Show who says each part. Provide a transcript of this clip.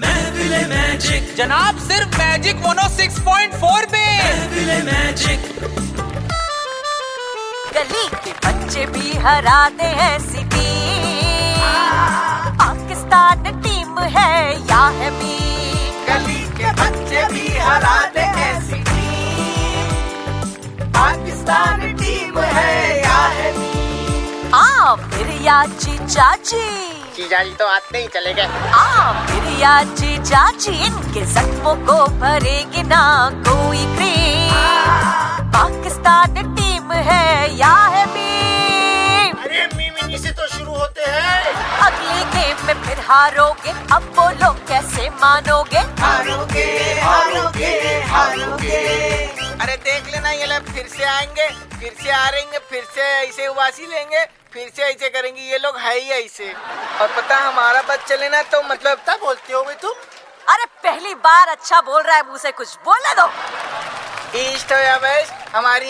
Speaker 1: महफिल मैजिक
Speaker 2: जनाब सिर्फ oh मैजिक मोनो 6.4 पे
Speaker 1: महफिल मैजिक
Speaker 3: गली के बच्चे भी हराते हैं सिटी पाकिस्तान टीम है या है बी
Speaker 4: गली के बच्चे भी हराते ऐसी टीम पाकिस्तान टीम है या है
Speaker 3: आ फिर याची चाची
Speaker 5: चीजा जी तो आते ही चले गए
Speaker 3: आ फिर याची चाची इनके जख्मों को भरेगी ना कोई क्रीम पाकिस्तान टीम है या है बी
Speaker 5: अरे मीमी से तो शुरू होते हैं
Speaker 3: अगले गेम में फिर हारोगे अब बोलो कैसे मानोगे
Speaker 4: हारोगे हारोगे हारोगे
Speaker 5: अरे देख लेना ये लोग फिर से आएंगे फिर से आ रहेंगे फिर से ऐसे उबासी लेंगे फिर से ऐसे करेंगे ये लोग है ही ऐसे और पता हमारा बच्चा लेना तो मतलब तब बोलते हो भाई तुम
Speaker 3: अरे पहली बार अच्छा बोल रहा है मुंह से कुछ बोलने दो
Speaker 5: ईस्ट हो या वेस्ट हमारी